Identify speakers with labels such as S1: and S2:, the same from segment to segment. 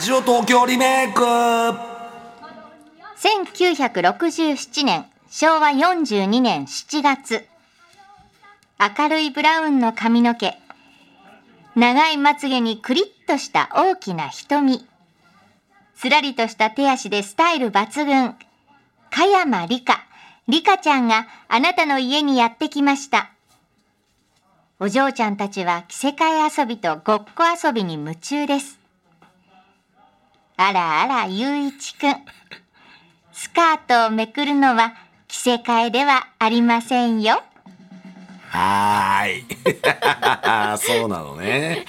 S1: ジオ東京リメイク
S2: 1967年、昭和42年7月。明るいブラウンの髪の毛。長いまつげにクリッとした大きな瞳。すらりとした手足でスタイル抜群。加山理香、理香ちゃんがあなたの家にやってきました。お嬢ちゃんたちは着せ替え遊びとごっこ遊びに夢中です。あらあら、ゆういちくん。スカートをめくるのは着せ替えではありませんよ。
S1: は ーい。そうなのね。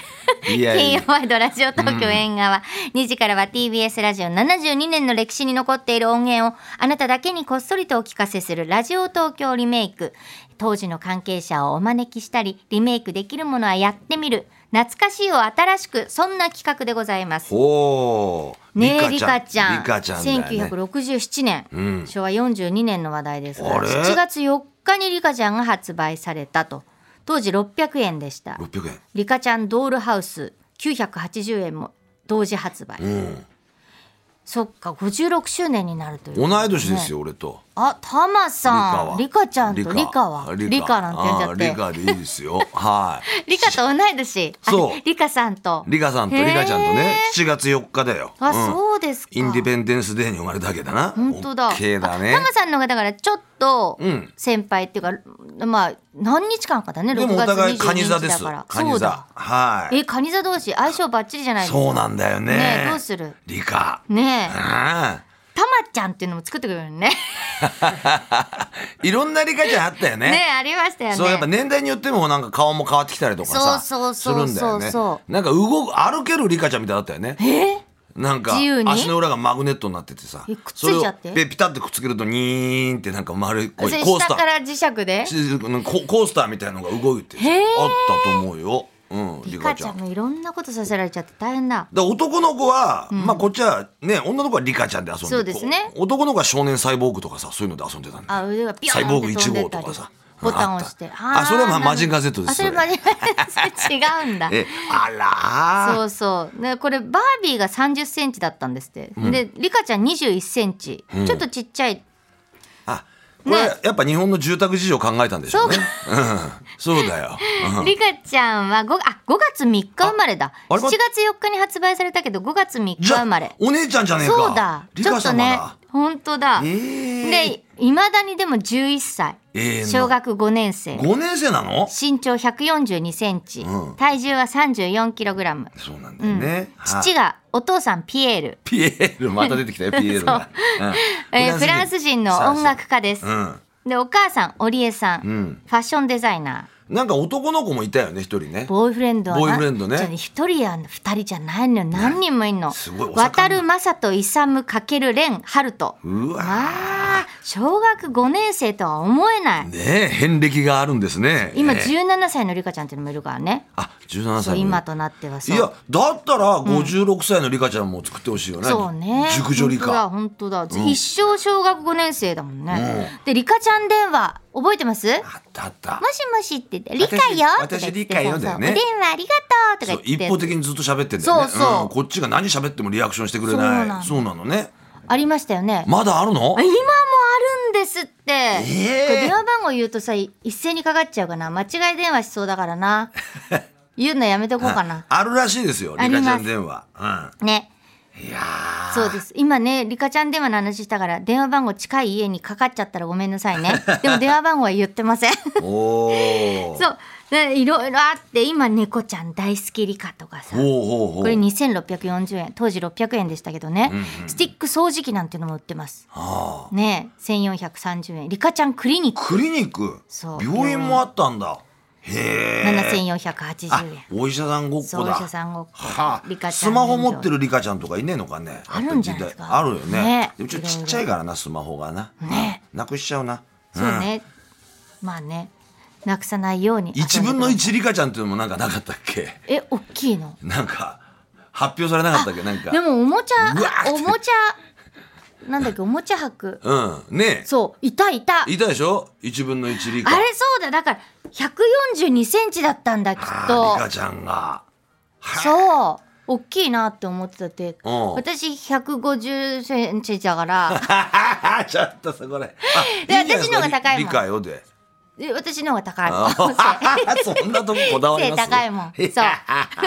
S1: いやい
S2: 金
S1: や
S2: 曜。ワイドラジオ東京縁側、2時からは TBS ラジオ72年の歴史に残っている音源をあなただけにこっそりとお聞かせするラジオ東京リメイク当時の関係者をお招きしたりリメイクできるものはやってみる懐かしいを新しくそんな企画でございます
S1: おー。
S2: ねえリカちゃん
S1: リカちゃんだよね。
S2: 1967年、
S1: うん
S2: 昭和42年の話題ですが
S1: あれ
S2: 7月4日にリカちゃんが発売されたと当時600円でした
S1: 600円。
S2: リカちゃんドールハウス980円も同時発売、そっか56周年になるという
S1: 同い年ですよ、俺と。
S2: あタマさんリカちゃんとリカはリカなんて呼んじゃって
S1: あーリカでいいですよ。はい。
S2: リカと同い年あ
S1: そう
S2: リカさんと
S1: リカさんと
S2: へー
S1: リカちゃんとね、7月4日だよ。
S2: あ、
S1: うん
S2: そうですか
S1: インディペンデンスデーに生まれたわけだな。
S2: 本当だ。
S1: オッケーだね
S2: あタ。マさんの方がだからちょっと
S1: うん
S2: 先輩っていうか、まあ何日間かだね。
S1: でも
S2: 6
S1: お
S2: 月
S1: 互い
S2: 22
S1: カニ座
S2: 日
S1: で
S2: だ
S1: す
S2: から。。
S1: カ
S2: そ
S1: ニ
S2: うだ
S1: 座。。はい。
S2: えカニ座同士相性バッチリじゃないですか。
S1: そうなんだよね。
S2: ねえどうする
S1: リカ。
S2: ねえ
S1: あ
S2: タマちゃんっていうのも作ってくれるね。
S1: あ。いろんなリカちゃんあったよね。
S2: ねえありましたよね。
S1: そうやっぱ年代によってもなんか顔も変わってきたりとかさ
S2: そうそうそうそう
S1: するんだよね
S2: そ
S1: なんか動く歩けるリカちゃんみたいだったよね
S2: え
S1: なんか
S2: 自由に
S1: 足の裏がマグネットになっててさ
S2: えくっついちゃって
S1: それをでピタッてくっつけるとニーンってなんか丸いこう
S2: それ
S1: コース
S2: 下
S1: ター
S2: から磁石で。
S1: ココースターみたいなのが動いてあ
S2: へ
S1: っ
S2: ー
S1: たと思うよ、うん、
S2: リ
S1: リ
S2: カ
S1: カ
S2: ち
S1: ち
S2: ゃ
S1: ゃ
S2: ん
S1: ん。
S2: もいろんなことさせられちゃって大変だ。
S1: だから男の子は、まあこっちはね女の子はリカちゃんで遊んで
S2: そうですね
S1: こう男の子は少年サイボーグとかさそういうので遊んでたんだよ
S2: あ腕がピョ
S1: サイ
S2: ーン
S1: ボー
S2: っ
S1: グ
S2: て
S1: 1
S2: 飛んでっ
S1: 号
S2: た
S1: と
S2: り
S1: かさ
S2: ボタンを押して
S1: あったあそれはまあマジンガー Z です
S2: あそれマジンガー Z 違うんだ
S1: えあらー
S2: そうそうねこれバービーが3 0センチだったんですって、でリカちゃん2 1センチ、ちょっとちっちゃい
S1: あこれ、
S2: ね
S1: やっぱ日本の住宅事情考えたんでしょうね。うん、そうだ よ。うん
S2: リカちゃんは 5, あ5月3日生まれだ
S1: あ
S2: 7
S1: あれ
S2: 月
S1: ま
S2: 4日に発売されたけど5月3日
S1: じゃ
S2: 生まれ
S1: お姉ちゃんじゃねえか。
S2: そうだ
S1: リ
S2: ちょ
S1: カ
S2: っと
S1: 様
S2: ね
S1: だ。
S2: 本当だ、
S1: えー
S2: でいまだにでも11歳、
S1: えー
S2: 小学5年生
S1: 五年生なの？
S2: 身長142センチ、
S1: うん
S2: 体重は34キログラム
S1: そうなんだよね。はい
S2: 父がお父さんピエール、
S1: ピエールまた出てきた よピエールが。うん
S2: えーフランス人の音楽家です、
S1: うん。
S2: でお母さん織江さん、
S1: ん
S2: ファッションデザイナ
S1: なんか男の子もいたよね一人ね
S2: ー。ボーイフレンドはな
S1: ボーイフレンドね
S2: じゃあ一人や二人じゃないのよ何人もいんの、
S1: すごいお魚
S2: 渡る正人勇かける蓮春人
S1: うわ。
S2: あー小学5年生とは思えない、
S1: ねえ遍歴があるんですね。
S2: 今
S1: ええ
S2: 17歳のリカちゃんっていうのもいるからね
S1: あ十七
S2: そう
S1: 歳。
S2: 今となってはそ
S1: いうやだったら五十六歳のリカちゃんも作ってほしいよね。
S2: そうね
S1: 熟女リカ。
S2: 本当だ本当だ、一生小学5年生だもんね、でリカちゃん電話覚えてます
S1: あったあった。
S2: もしもしって言って「理解よ」とか言って
S1: 私理解よ
S2: そうそう
S1: だよね
S2: お電話ありがとう」とか
S1: そう
S2: 言っ
S1: 一
S2: て
S1: 方的にずっと喋ってんだよね
S2: そうそうん
S1: こっちが何喋ってもリアクションしてくれない
S2: そ
S1: そうなのね
S2: ありましたよね、
S1: まだあるの
S2: あ今もあるんですって、
S1: え
S2: これ電話番号言うとさい一斉にかかっちゃうかな間違い電話しそうだか らな言うのやめとこうかな
S1: あるらしいですよ
S2: あ
S1: リ
S2: りま
S1: カちゃん
S2: す
S1: 電話うん
S2: ね
S1: いやー
S2: そうです今ねリカちゃん電話の話したから電話番号近い家にかかっちゃったらごめんなさいねでも電話番号は言っ てません
S1: おー
S2: そうでいろいろあって今猫ちゃん大好きリカとかさ
S1: ほうほうほう
S2: これ2640円当時600円でしたけどね、スティック掃除機なんてのも売ってます
S1: ああ
S2: ねえ1430円リカちゃんクリニック
S1: クリニック
S2: そう
S1: 病院もあったんだへえあ
S2: 7480円
S1: お医者さんごっ
S2: そ
S1: こ
S2: うお医
S1: だ
S2: 者さんごっこ
S1: は
S2: リ
S1: あ、
S2: カちゃ
S1: ス
S2: ん
S1: マホ持ってるリカちゃんとかいねえのかね
S2: あるんじゃないですか
S1: やっぱ時代あるよね
S2: ね
S1: でもちょっとちっちゃいからなスマホがな、
S2: ね
S1: なくしちゃうな
S2: そうね、まあねなくさないように
S1: 1分の1リカちゃんっていうのもなんかなかったっけ
S2: え大きいの
S1: なんか発表されなかったっけなんか
S2: でもおもち
S1: うわ
S2: ゃ
S1: ー
S2: おもちゃなんだっけおもちゃ博
S1: うんね
S2: そういたいた
S1: えいたでしょ1分の1リカ
S2: あれそうだだから142センチだったんだきっ
S1: あー
S2: と
S1: リカちゃんが
S2: そう大きいなって思ってたって
S1: うん
S2: 私150センチだから
S1: ちょっとそこで。
S2: で
S1: あいいじゃない
S2: 私の方が高いも
S1: 理
S2: ん
S1: 解をで。
S2: で私の方が高いもん
S1: あー そんなとここだわります
S2: 背高いもんそう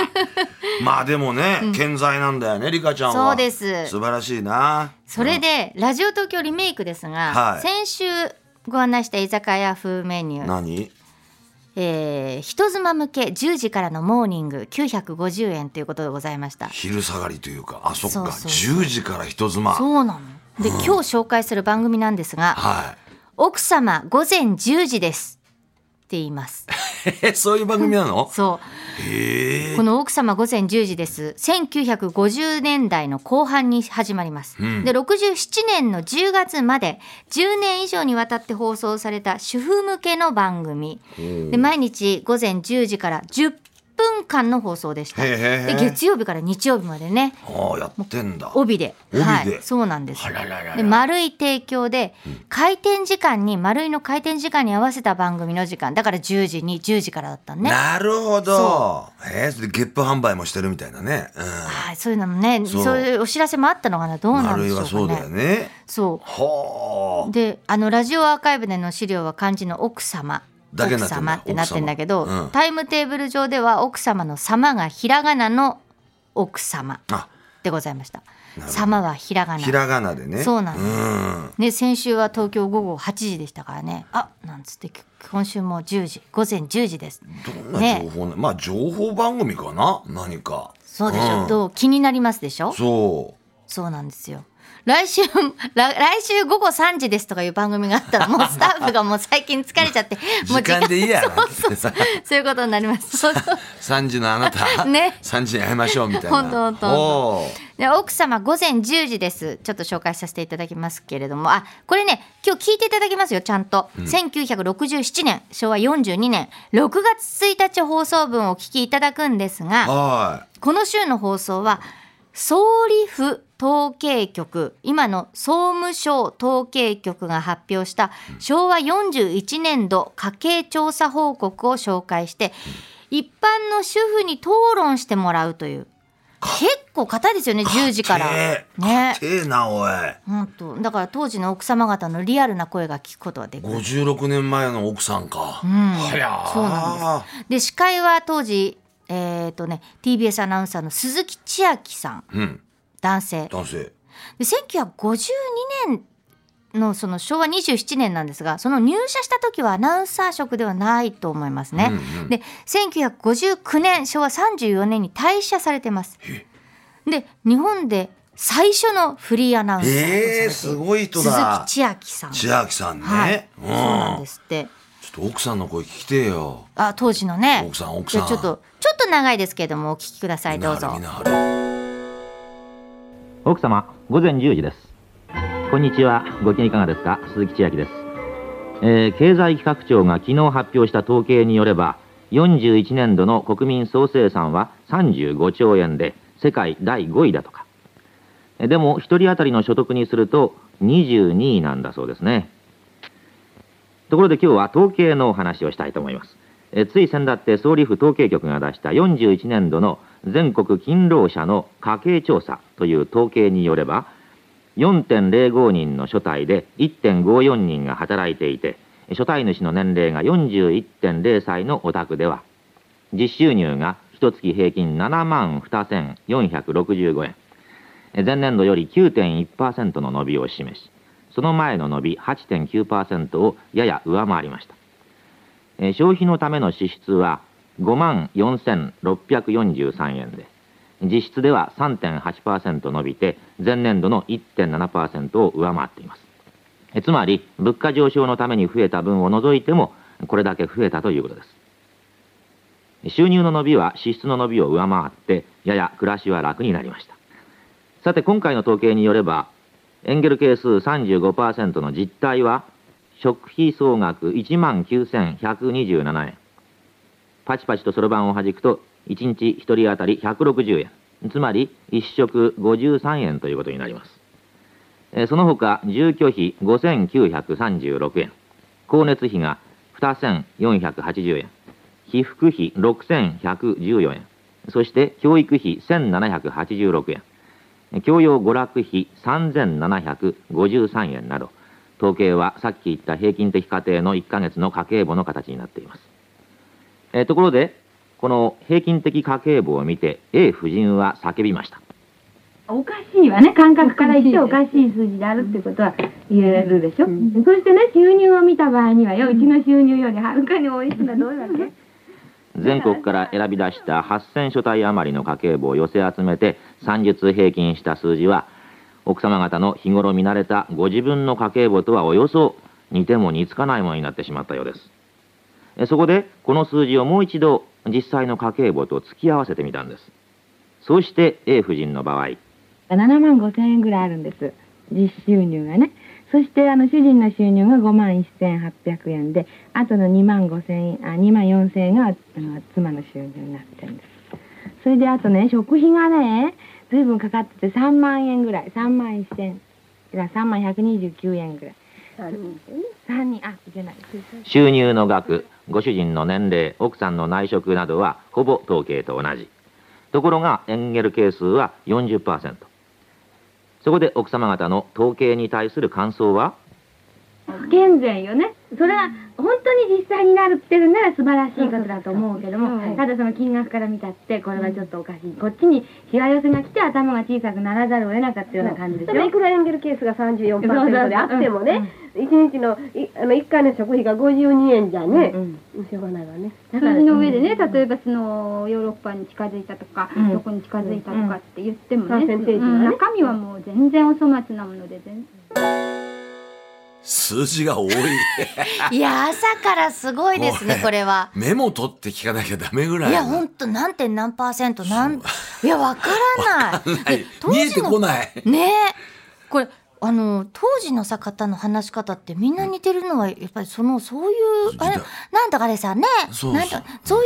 S1: まあでもね、健在なんだよね、リカちゃんは。
S2: そうです
S1: 素晴らしいな。
S2: それで、ラジオ東京リメイクですが、
S1: はい
S2: 先週ご案内した居酒屋風メニュー、
S1: 何
S2: えー人妻向け10時からのモーニング950円ということでございました
S1: 昼下がりというか、あ、そっ
S2: そう
S1: か。
S2: そう
S1: 10時から人妻。
S2: そうなので、今日紹介する番組なんですが
S1: は
S2: 「奥様午前10時です」って言います
S1: い。え、そういう番組なの
S2: そ
S1: へ
S2: う
S1: え。
S2: この「奥様午前10時です」1950年代の後半に始まります、
S1: ん
S2: で67年の10月まで10年以上にわたって放送された主婦向けの番組で毎日午前10時から10分間の放送でした
S1: へーへ
S2: で
S1: ーへー
S2: 月曜日から日曜日までね
S1: ああ、やってんだ。
S2: 帯で
S1: 帯で
S2: はい、そうなんです
S1: あらららら
S2: で丸い提供で開店時間に丸いの開店時間に合わせた番組の時間だから10時に10時からだったんね
S1: なるほど
S2: そ。
S1: えー、それでゲップ販売もしてるみたいなね。う
S2: はい、そういうのもね
S1: そ。
S2: そうういうお知らせもあったのかなどうんなん
S1: 丸
S2: で
S1: い
S2: しょうか
S1: は
S2: ね
S1: そうだよね。
S2: そ
S1: は
S2: う
S1: あ。
S2: であのラジオアーカイブでの資料は漢字の奥様
S1: だけにな
S2: 奥
S1: ってんだ
S2: 様ってなってんだけど、
S1: 奥様うん
S2: タイムテーブル上では奥様の様がひらがなの奥様
S1: あ、
S2: でございました
S1: なるほど
S2: 様はひらがな
S1: ひらがなでね。
S2: そうなんです
S1: うん
S2: ね、先週は東京午後8時でしたからねあなんつってき今週も10時午前10時です
S1: どんな情報ねまあ情報番組かな何か
S2: そうでしょ、
S1: ん
S2: どう気になりますでしょ
S1: そ
S2: そうなんですよ来週 ら来週午後3時ですとかいう番組があったらもうスタッフがもう最近疲れちゃって
S1: う
S2: もう
S1: 時間でいいやなんて さ
S2: そういうことになります そうそう
S1: 3時のあなた、
S2: ね
S1: 3時に会いましょうみたいな
S2: ほんとほんとほんと
S1: おー
S2: で奥様午前10時ですちょっと紹介させていただきますけれどもあこれね今日聞いていただきますよちゃんと、1967年昭和42年6月1日放送分をお聞きいただくんですが
S1: は
S2: この週の放送は総理府統計局今の総務省統計局が発表した昭和41年度家計調査報告を紹介して一般の主婦に討論してもらうという結構硬いですよね10時から。
S1: 家
S2: ね
S1: い。てえなおい
S2: 本当だから当時の奥様方のリアルな声が聞くことができる。
S1: 56年前の奥さんか、
S2: うん
S1: はやー
S2: そうなんで司会は当時えっ、とね TBS アナウンサーの鈴木千秋さん
S1: うん
S2: 男性
S1: 男性
S2: で1952年のその昭和27年なんですがその入社した時はアナウンサー職ではないと思いますね、
S1: うんうん
S2: で1959年昭和34年に退社されてますで日本で最初のフリーアナウンサーとされている
S1: えー、すごい人だ
S2: 鈴木千秋さん
S1: 千秋さんね、
S2: はい、
S1: う
S2: そうなん
S1: ん
S2: ですって
S1: ちょっと奥さんの声聞きてえよ
S2: あ当時のね
S1: 奥さん奥さん
S2: じゃあちょっとちょっと長いですけれどもお聞きくださいどうぞ
S1: みなはるみなはる
S3: 奥様、午前10時です。こんにちは。ご機嫌いかがですか鈴木千秋です。えー経済企画庁が昨日発表した統計によれば、41年度の国民総生産は35兆円で、世界第5位だとか。えでも、1人当たりの所得にすると22位なんだそうですね。ところで今日は統計のお話をしたいと思います。えつい先だって総理府統計局が出した41年度の全国勤労者の家計調査という統計によれば、4.05人の所帯で1.54人が働いていて、所帯主の年齢が41.0歳のお宅では、実収入が一月平均7万2465円、え前年度より9.1%の伸びを示し、その前の伸び8.9%をやや上回りました。えー消費のための支出は5万4643円で実質では3.8%伸びて前年度の1.7%を上回っていますえーつまり物価上昇のために増えた分を除いてもこれだけ増えたということです収入の伸びは支出の伸びを上回ってやや暮らしは楽になりましたさて今回の統計によればエンゲル係数35%の実態は食費総額1万9127円パチパチとそろばんをはじくと1日1人当たり160円つまり1食53円ということになりますえーその他住居費5936円光熱費が2480円被服費6114円そして教育費1786円、教養娯楽費3753円など、統計はさっき言った平均的家庭の1ヶ月の家計簿の形になっています。えーところで、この平均的家計簿を見て A 夫人は叫びました。
S4: おかしいわね感覚から言っておかしい数字であるってことは言えるでしょ、そしてね収入を見た場合にはようちの収入よりはるかに多いってのはどういうわけ
S3: 全国から選び出した8000書体余りの家計簿を寄せ集めて算術平均した数字は奥様方の日頃見慣れたご自分の家計簿とはおよそ似ても似つかないものになってしまったようですえそこでこの数字をもう一度実際の家計簿と突き合わせてみたんですそうして A 夫人の場合
S4: 7万5千円ぐらいあるんです実収入がねそしてあの主人の収入が5万1800円であとの2万5千円あ2万4千円があの妻の収入になってるんですそれであとね食費がね随分かかってて3万円ぐらい3万1千いや3万129円ぐらい3人あいけない
S3: 収入の額ご主人の年齢奥さんの内職などはほぼ統計と同じところがエンゲル係数は40%そこで奥様方の統計に対する感想は
S4: 不健全よねそれは本当に実際になるってるなら素晴らしいことだと思うけどもただその金額から見たってこれはちょっとおかしいこっちにしわ寄せが来て頭が小さくならざるを得なかったような感じでしょ
S5: ただいくらエンゲルケースが34%であってもね、一日のいあの1回の食費が52円じゃね、しょうがないわね
S4: だか
S6: 数
S4: ら
S6: 字の上でね、例えばそのヨーロッパに近づいたとか、
S4: うん
S6: どこに近づいたとかって言っても
S5: うんパ
S6: ね、
S5: ーセンテ
S6: う
S5: ージがね
S6: ん中身はもう全然お粗末なもので全
S1: 数字が 多い。
S2: いや、朝からすごいですね、これは。
S1: メモ取って聞かなきゃダメぐらい
S2: い
S1: の。
S2: や、ほんと、何点何パーセント、なん、いや、わからない。
S1: はい
S2: で当
S1: 見え
S2: 時
S1: てこ
S2: の、
S1: ない。
S2: ねえ、これ、あの、当時のさ、方の話し方ってみんな似てるのは、やっぱりその、そういう、
S1: 時
S2: あ
S1: 代
S2: れ、なんだかあれさ、ね
S1: そうそう
S2: なんだ、そういう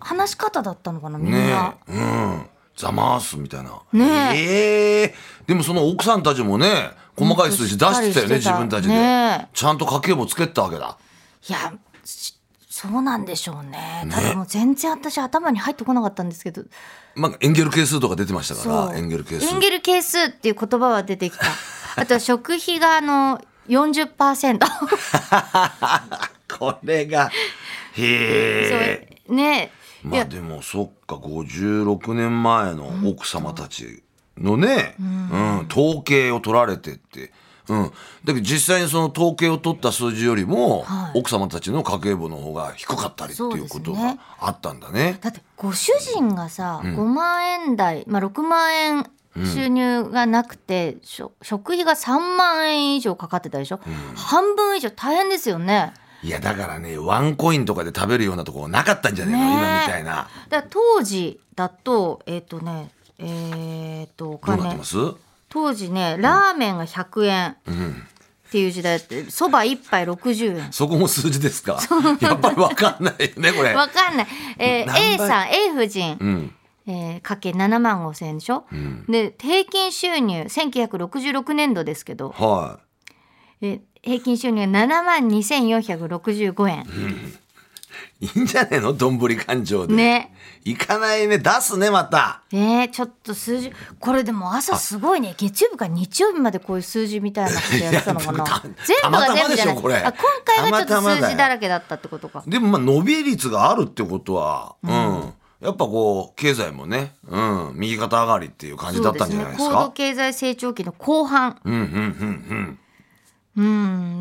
S2: 話し方だったのかな、みんな
S1: ね。え。うん。ざまーすみたいな。
S2: ね
S1: ええでもその奥さんたちもね、細かい数字出してたよね、
S2: しっかりして
S1: 自
S2: た
S1: 分たちで。
S2: ねえ
S1: ちゃんと家計簿つけてたわけだ。
S2: いや、しそうなんでしょうね。ただもう全然私頭に入ってこなかったんですけど、
S1: まあ、エンゲル係数とか出てましたか
S2: そう
S1: ら、エンゲル係数。
S2: エンゲル係数っていう言葉は出てきた。あと食費があの40%。
S1: これが。へえ。
S2: そうねえ。い
S1: まあ
S2: や、
S1: でも、そっか、56年前の奥様たちのね、うん、統計を取られてって。うん、だけど実際にその統計を取った数字よりも、
S2: はい
S1: 奥様たちの家計簿の方が低かったりっていうこと
S2: そうで
S1: が
S2: すね
S1: あったんだね。
S2: だってご主人がさ、5万円台、まあ6万円収入がなくて、しょ食費が3万円以上かかってたでしょ、半分以上大変ですよね。
S1: いやだからねワンコインとかで食べるようなとこなかったんじゃねえの、
S2: ねえ
S1: 今みたいな
S2: だから当時だと、えっ、とね、えっ、と、お
S1: どうなって
S2: 金
S1: ま。す、うん、
S2: 当時ね、ラーメンが100円っていう時代だって、そば1杯60円。
S1: そこも数字です かやっぱり分かんないよねこれ
S2: わかんない。えー
S1: 何倍
S2: A さん、A 夫人、
S1: うん
S2: えーかけ7万5千でしょ、
S1: うん
S2: で、平均収入、1966年度ですけど、
S1: は
S2: えー平均収入が7万2465円。
S1: いいいんじゃねえのどんぶり勘定で
S2: ね。
S1: いかないね出すねまた
S2: ねちょっと数字、これでも朝すごいね、月曜日から日曜日までこういう数字みたいなことやってたのか
S1: い
S2: な。
S1: やた
S2: 全部が全部じゃな
S1: たまたまで
S2: い。
S1: しょこれ
S2: あ今回がちょ
S1: たまた
S2: っと
S1: まだ
S2: 数
S1: よ
S2: 字だらけだったってことか。
S1: でもまあ伸び率があるってことはうん、やっぱこう経済もねうん右肩上がりっていう感じだったんじゃないです
S2: そうね高度
S1: か
S2: 経済成長期の後半。
S1: うんうんうん
S2: う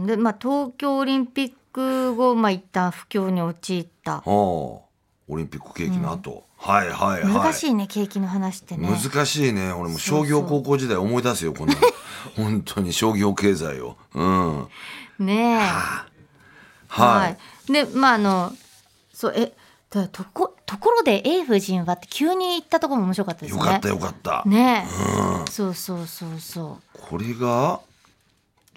S2: ん。で、まあ、東京オリンピック後、まあ、一旦不況に陥った
S1: うん。はあオリンピック景気の後、はいはいはい
S2: 難しいね、景気の話ってね。
S1: 難しいね俺も
S2: そうそ
S1: 商
S2: う
S1: 業高校時代思い出すよこんなの 本当に商業経済をうんはい、
S2: ねえ。
S1: はい。
S2: で、まあ、あの、そう、え、ただとこ、ところで A 夫人はって急に言ったところも面白かったです
S1: よ
S2: ね。
S1: かったよかった、
S2: ねえ。そうそうそうそう。
S1: これが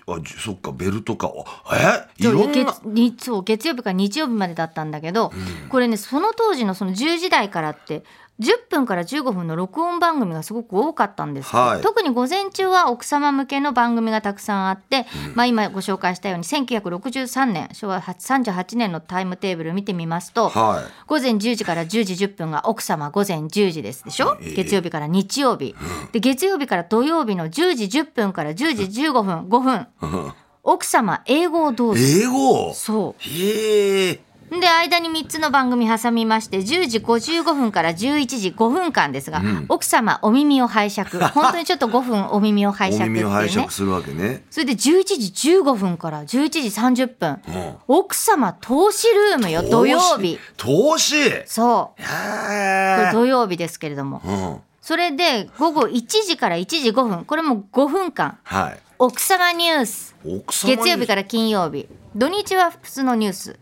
S1: あじそっかベルトかあえい
S2: そう
S1: ろんな
S2: 月にそう月曜日から日曜日までだったんだけど、これねその当時のその10時台からって10分から15分の録音番組がすごく多かったんですけど、
S1: はい
S2: 特に午前中は奥様向けの番組がたくさんあって、まあ、今ご紹介したように1963年昭和38年のタイムテーブル見てみますと、
S1: は
S2: 午前10時から10時10分が奥様午前10時ですでしょ、
S1: ええ
S2: 月曜日から日曜日で月曜日から土曜日の10時10分から10時15分5分奥様英語をどう
S1: い。
S2: ぞ
S1: 英語
S2: そう
S1: へえ。
S2: で間に3つの番組挟みまして10時55分から11時5分間ですが、奥様お耳を 拝借本当にちょっと5分お耳を拝
S1: お
S2: 借ってい
S1: 耳を拝
S2: うね
S1: 借するわけね。
S2: それで11時15分から11時30分、
S1: ん
S2: 奥様投資ルームよ土曜日
S1: 投資。投資
S2: そうこれ
S1: へえ。
S2: 土曜日ですけれども
S1: うん。
S2: それで午後1時から1時5分これも5分間
S1: はい。
S2: 奥様ニュース
S1: 奥様
S2: 月曜日から金曜日土日は普通のニュース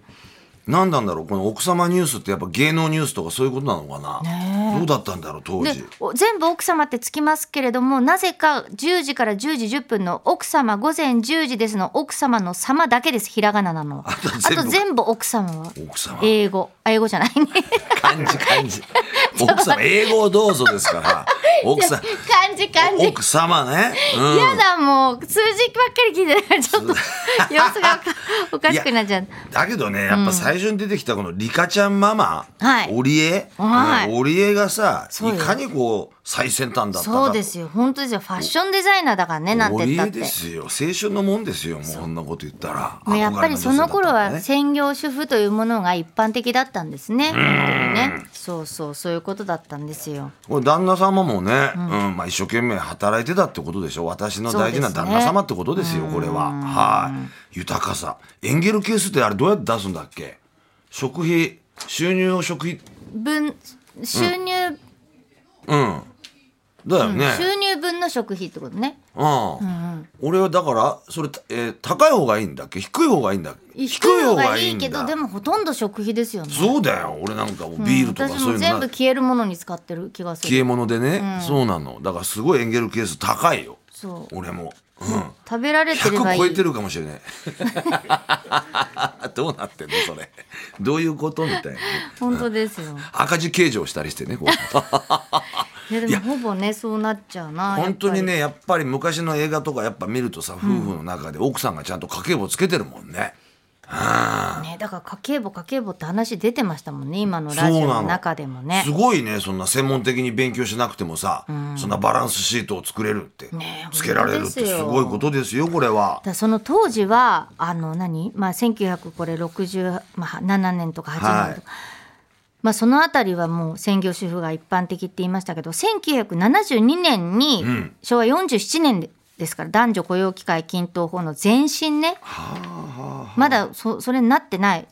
S1: 何なんだろうこの奥様ニュースってやっぱ芸能ニュースとかそういうことなのかな、どうだったんだろう当
S2: で
S1: 時
S2: お全部奥様ってつきますけれどもなぜか10時から10時10分の奥様午前10時ですの奥様の様だけですひらがななのは
S1: あと全部
S2: あと全部奥様は
S1: 奥様
S2: 英語あ英語じゃない ね
S1: 漢字漢 字奥様英語をどうぞですから奥さん
S2: 漢字漢字
S1: 奥様ね、うん、
S2: やだもう数字ばっかり聞いてたらちょっと様子がおかおかしくなっちゃ う
S1: だけどねやっぱ最初に出てきたこのリカちゃんママ、
S2: はい
S1: オリエ、
S2: はい
S1: うんオリエがさ
S2: そうよ
S1: いかにこう最先端だったか
S2: そうですよ本当ですよファッションデザイナーだからねなん
S1: オ
S2: て
S1: リ
S2: 言ったっ
S1: エ
S2: て
S1: ですよ青春のもんですよもうこんなこと言ったら
S2: ねやっぱりその頃
S1: 憧れ女性だった
S2: は
S1: んだね
S2: 専業主婦というものが一般的だったんですね。本当にね、そうそうそういうことだったんですよ。
S1: これ旦那様もね、うんまあ、一生懸命働いてたってことでしょ私の大事な
S2: そうですね
S1: 旦那様ってことですよこれははい豊かさエンゲル係数ってあれどうやって出すんだっけ食費収入を食費
S2: 分収入、
S1: うんだよね、
S2: 収入分の食費ってことね。
S1: うん俺はだからそれ、えー高い方がいいんだっけ低い方がいいんだっけ
S2: 方がいいけどで
S1: も
S2: もほとんど食費ですよね。
S1: そうだよ俺なんかもうビールとか
S2: 私
S1: そうい
S2: も
S1: うの
S2: 全
S1: な
S2: 部消えるものに使ってる気がす
S1: 消え
S2: る。
S1: 物でね、そうなのだからすごいエンゲル係数高いよ
S2: そう
S1: 俺もうん
S2: 食べられてればい
S1: 100超
S2: い。
S1: えてるかもしれない どうなってんのそれどういうことみたいな
S2: 本当ですよ。
S1: 赤字計上したりしてねこう
S2: いやでもほぼねそうなっちゃうな。
S1: 本当に
S2: やっ
S1: ねやっぱり昔の映画とかやっぱ見るとさ夫婦の中で奥さんがちゃんと家計簿つけてるもんね、
S2: ぱりね。だから家計簿家計簿って話出てましたもんね今の
S1: そう
S2: ラジオ
S1: な
S2: の
S1: の
S2: 中でもね。
S1: すごいねそんな専門的に勉強しなくてもさ、そんなバランスシートを作れるって、
S2: ねえ
S1: つけられるってすごいことですよこれは
S2: だからその当時はあの何まあ1967、まあ、7年とか8年とか、
S1: はい
S2: まあ、その辺りはもう専業主婦が一般的って言いましたけど1972年に、
S1: ん
S2: 昭和47年でですから男女雇用機会均等法の前身ねまだそそれになってない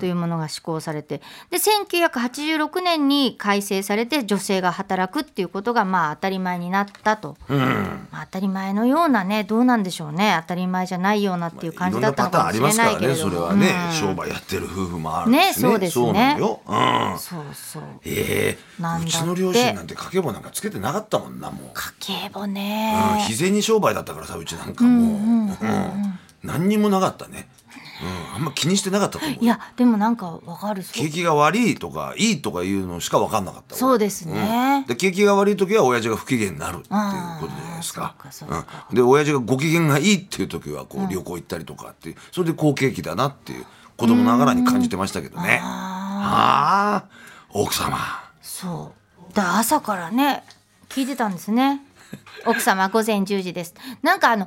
S2: というものが施行されてで1986年に改正されて女性が働くっていうことがまあ当たり前になったと、まあ当たり前のようなねどうなんでしょうね当たり前じゃないようなっていう
S1: い
S2: 感
S1: ろ
S2: じ
S1: ん
S2: だ
S1: な
S2: った
S1: パタ
S2: の
S1: ー
S2: か
S1: ンあ
S2: も
S1: り
S2: し
S1: ま
S2: れ
S1: すからねそ
S2: ないけれど
S1: れ
S2: も、
S1: はね、
S2: うん
S1: 商売やってる夫婦もあるしね
S2: ねそうですね
S1: そうなのよ、うん、
S2: そうそう
S1: ええ
S2: な
S1: う
S2: んだって
S1: ちの両親なんて家計簿なんかつけてなかったもんなもう、
S2: 家計簿
S1: うん、
S2: ね
S1: 日銭商売だったからさうちなんかもう、うん何にもなかったね、うん、あんま気にしてなかったと思う
S2: いやでもなんかわかるそう
S1: 景気が悪いとかいいとかいうのしか分かんなかった俺
S2: そうですね
S1: うんで景気が悪い時は親父が不機嫌になるっていうことじゃないですか
S2: あーそうかそうか
S1: うんで親父がご機嫌がいいっていう時はこう旅行行ったりとかっていうそれで好景気だなっていう子供ながらに感じてましたけどねああ奥様
S2: そうだから朝からね聞いてたんで すね奥様午前10時ですなんかあの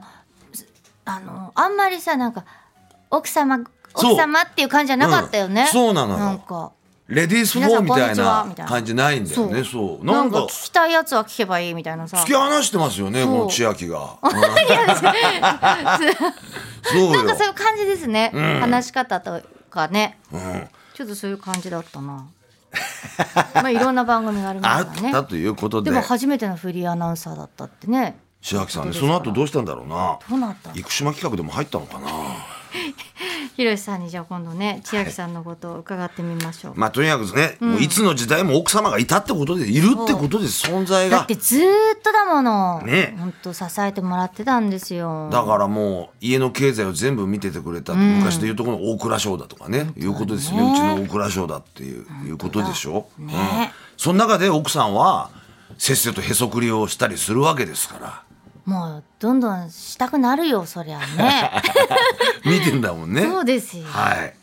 S2: すあのあんまりさなんか奥様
S1: そう
S2: 奥様っていう感じじゃなかったよね、
S1: うんそうなのよ
S2: なんか
S1: レディース4みた
S2: 皆
S1: い
S2: さんこんにちは
S1: な
S2: みたいな
S1: 感じないんだよね。そう。
S2: な
S1: なんん
S2: か
S1: か、
S2: 聞きたいやつは聞けばいいみたいなさ
S1: 突き放してますよね、
S2: そう
S1: もう千秋 が。うんそう
S2: なんか
S1: よ。
S2: そういう感じですね、話し方とかね
S1: うん
S2: ちょっとそういう感じだったな まあいろんな番組がありま
S1: あ
S2: す
S1: っ
S2: から
S1: た
S2: ね
S1: ということ
S2: で
S1: で
S2: も、初めてのフリーアナウンサーだったってね
S1: 千秋さんね、その後どうしたんだろうな。
S2: どうなったの
S1: 生島企画でも入ったのかな。
S2: ひろしさんにじゃあ今度ね千秋さんのことを伺ってみましょう、
S1: まあ、とにかくね、もういつの時代も奥様がいたってことで、いるってことです、存在
S2: だっ
S1: が
S2: て。ずーっとだもの、
S1: ね
S2: ほんと支えてもらってたんですよ
S1: だからもう家の経済を全部見ててくれた、昔でいうとこの大蔵省だとかねいうことですねうちの大蔵省だっていういうことでしょ、うん、その中で奥さんはせっせとへそくりをしたりするわけですから
S2: もうどんどんしたくなるよそりゃね
S1: 見てんだもんね。
S2: そうですよ、
S1: はい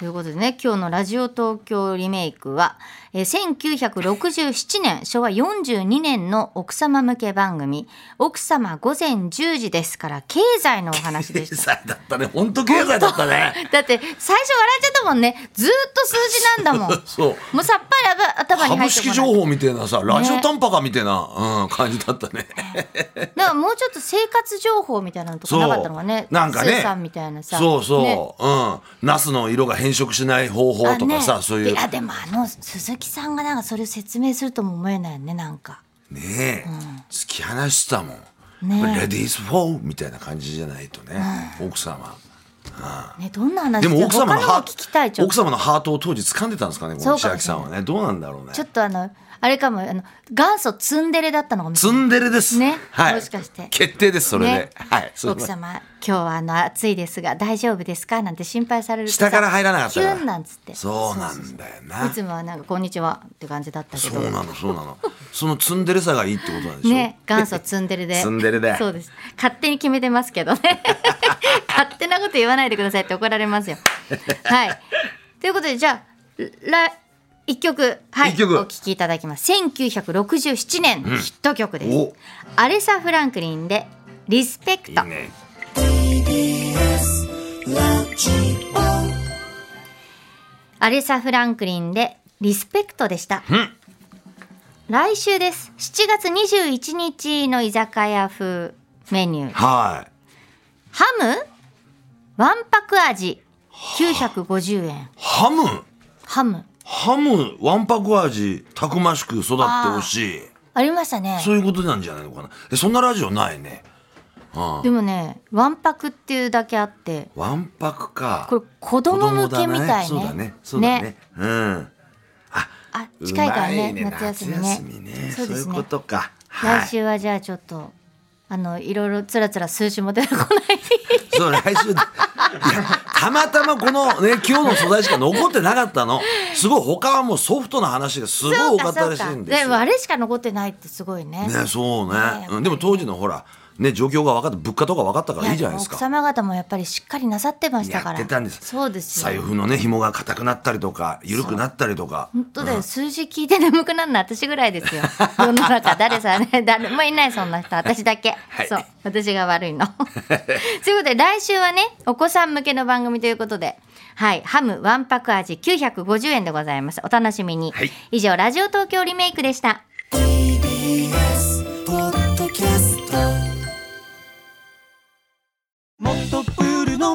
S2: ということでね今日の「ラジオ東京リメイクは」えー1967年昭和42年の奥様向け番組「奥様午前10時」ですから経済のお話
S1: 経
S2: でした。
S1: 済だったね本当経済だったね
S2: だって最初笑っちゃったもんねずーっと数字な んだもん
S1: そう
S2: もうさっぱり頭
S1: 株
S2: に入ってこ
S1: 式
S2: ない
S1: 情報みたいなさラジオ短波かみたいな、うん、感じだったね
S2: だからもうちょっと生活情報みたいなのとかなかったのがね
S1: なんかね
S2: 生産みたいなさ
S1: そうそう、
S2: ね
S1: うんナスの色が変色しない方法とかさ、
S2: あね
S1: そういう
S2: やでもあの鈴木さんがなんかそれを説明するとも思えないよねなんか
S1: ねえ、突き放してたもん、
S2: ねえ
S1: やっぱりレディースフォーみたいな感じじゃないとね、奥様
S2: ねどんな話
S1: でも
S2: か
S1: 奥様の
S2: 他のも
S1: ハ
S2: 聞きたいちょっ
S1: 奥
S2: と
S1: 様のハートを当時掴んでたんですかねこ
S2: そ
S1: の
S2: うか
S1: 千
S2: も
S1: 秋
S2: し
S1: さ
S2: れない
S1: んはねどうなんだろうね
S2: ちょっとあのあれかもあの元祖ツンデレだったのかもし
S1: ツ
S2: れない
S1: ンデレです
S2: ね
S1: はい、
S2: もしかして
S1: 決定ですそれで、
S2: ね
S1: はいすいま
S2: 奥
S1: せん
S2: 様今日はあの暑いですが大丈夫ですかなんて心配されるとさ
S1: 下から入らなかった
S2: キ
S1: から
S2: ュンなんつって
S1: そうなんだよ
S2: い
S1: な
S2: つもはなんかこんにちはって感じだったけど
S1: そうなのそうなのそのツンデレさがいいってことなんでしょ、
S2: ね、元祖ツンデレで。
S1: ツンデレで
S2: そうです。勝手に決めてますけどね。 勝手なこと言わないでくださいって怒られますよ。はい。ということで、じゃあ、ら、一曲、はい、
S1: 一曲
S2: お聴きいただきます。1967年、ヒット曲です。
S1: お
S2: アレサ・フランクリンで、リスペクト。
S1: いいね
S2: アレサ・フランクリンでリスペクトでした。来週です。7月21日の居酒屋風メニュー。
S1: はい
S2: ハムワンパク味950円。
S1: ハム
S2: ハム。
S1: ハムわんぱく味たくましく育ってほしい
S2: ありましたね。
S1: そういうことなんじゃないのかなえそんなラジオないね
S2: でもね、ワンパクっていうだけあって、
S1: わんぱくか
S2: これ子供向けみたいね。
S1: 子供だねそうだねそうだねうん
S2: あ、近いから
S1: う
S2: ね、
S1: ま
S2: 夏休みね。
S1: 夏休みね
S2: そ
S1: そうう
S2: で
S1: いう
S2: す
S1: こ
S2: ね。
S1: とかは
S2: 来
S1: い
S2: 週はじゃあちょっと、あの、いろいろつらつら数字も出てこない。
S1: そう来 週いやたまたまこのね今日の素材しか残ってなかったのすごい他はもうソフトな話がすごい多かったらしいんです
S2: で
S1: よ
S2: もあれしか残ってないってすごいね。
S1: ねそうね
S2: ね
S1: うんでも当時のほらね状況が分かって物価とか分かったからいいじゃないです
S2: や
S1: か
S2: も奥様方もやっぱりしっかりなさってました
S1: や
S2: か
S1: っ
S2: ら。
S1: てたんです
S2: そうですよ。
S1: 財布のね紐が硬くなったりとか緩くなったりとか
S2: 本当だよ、数字聞いて眠くなるの私ぐらいです よ世の中誰さね 誰もいないそんな人私だけ、
S1: はい
S2: そう私が悪いの ということで来週はねお子さん向けの番組ということではいハムワンパク味950円でございますお楽しみに、
S1: はい
S2: 以上ラジオ東京リメイクでした
S7: もっとプールの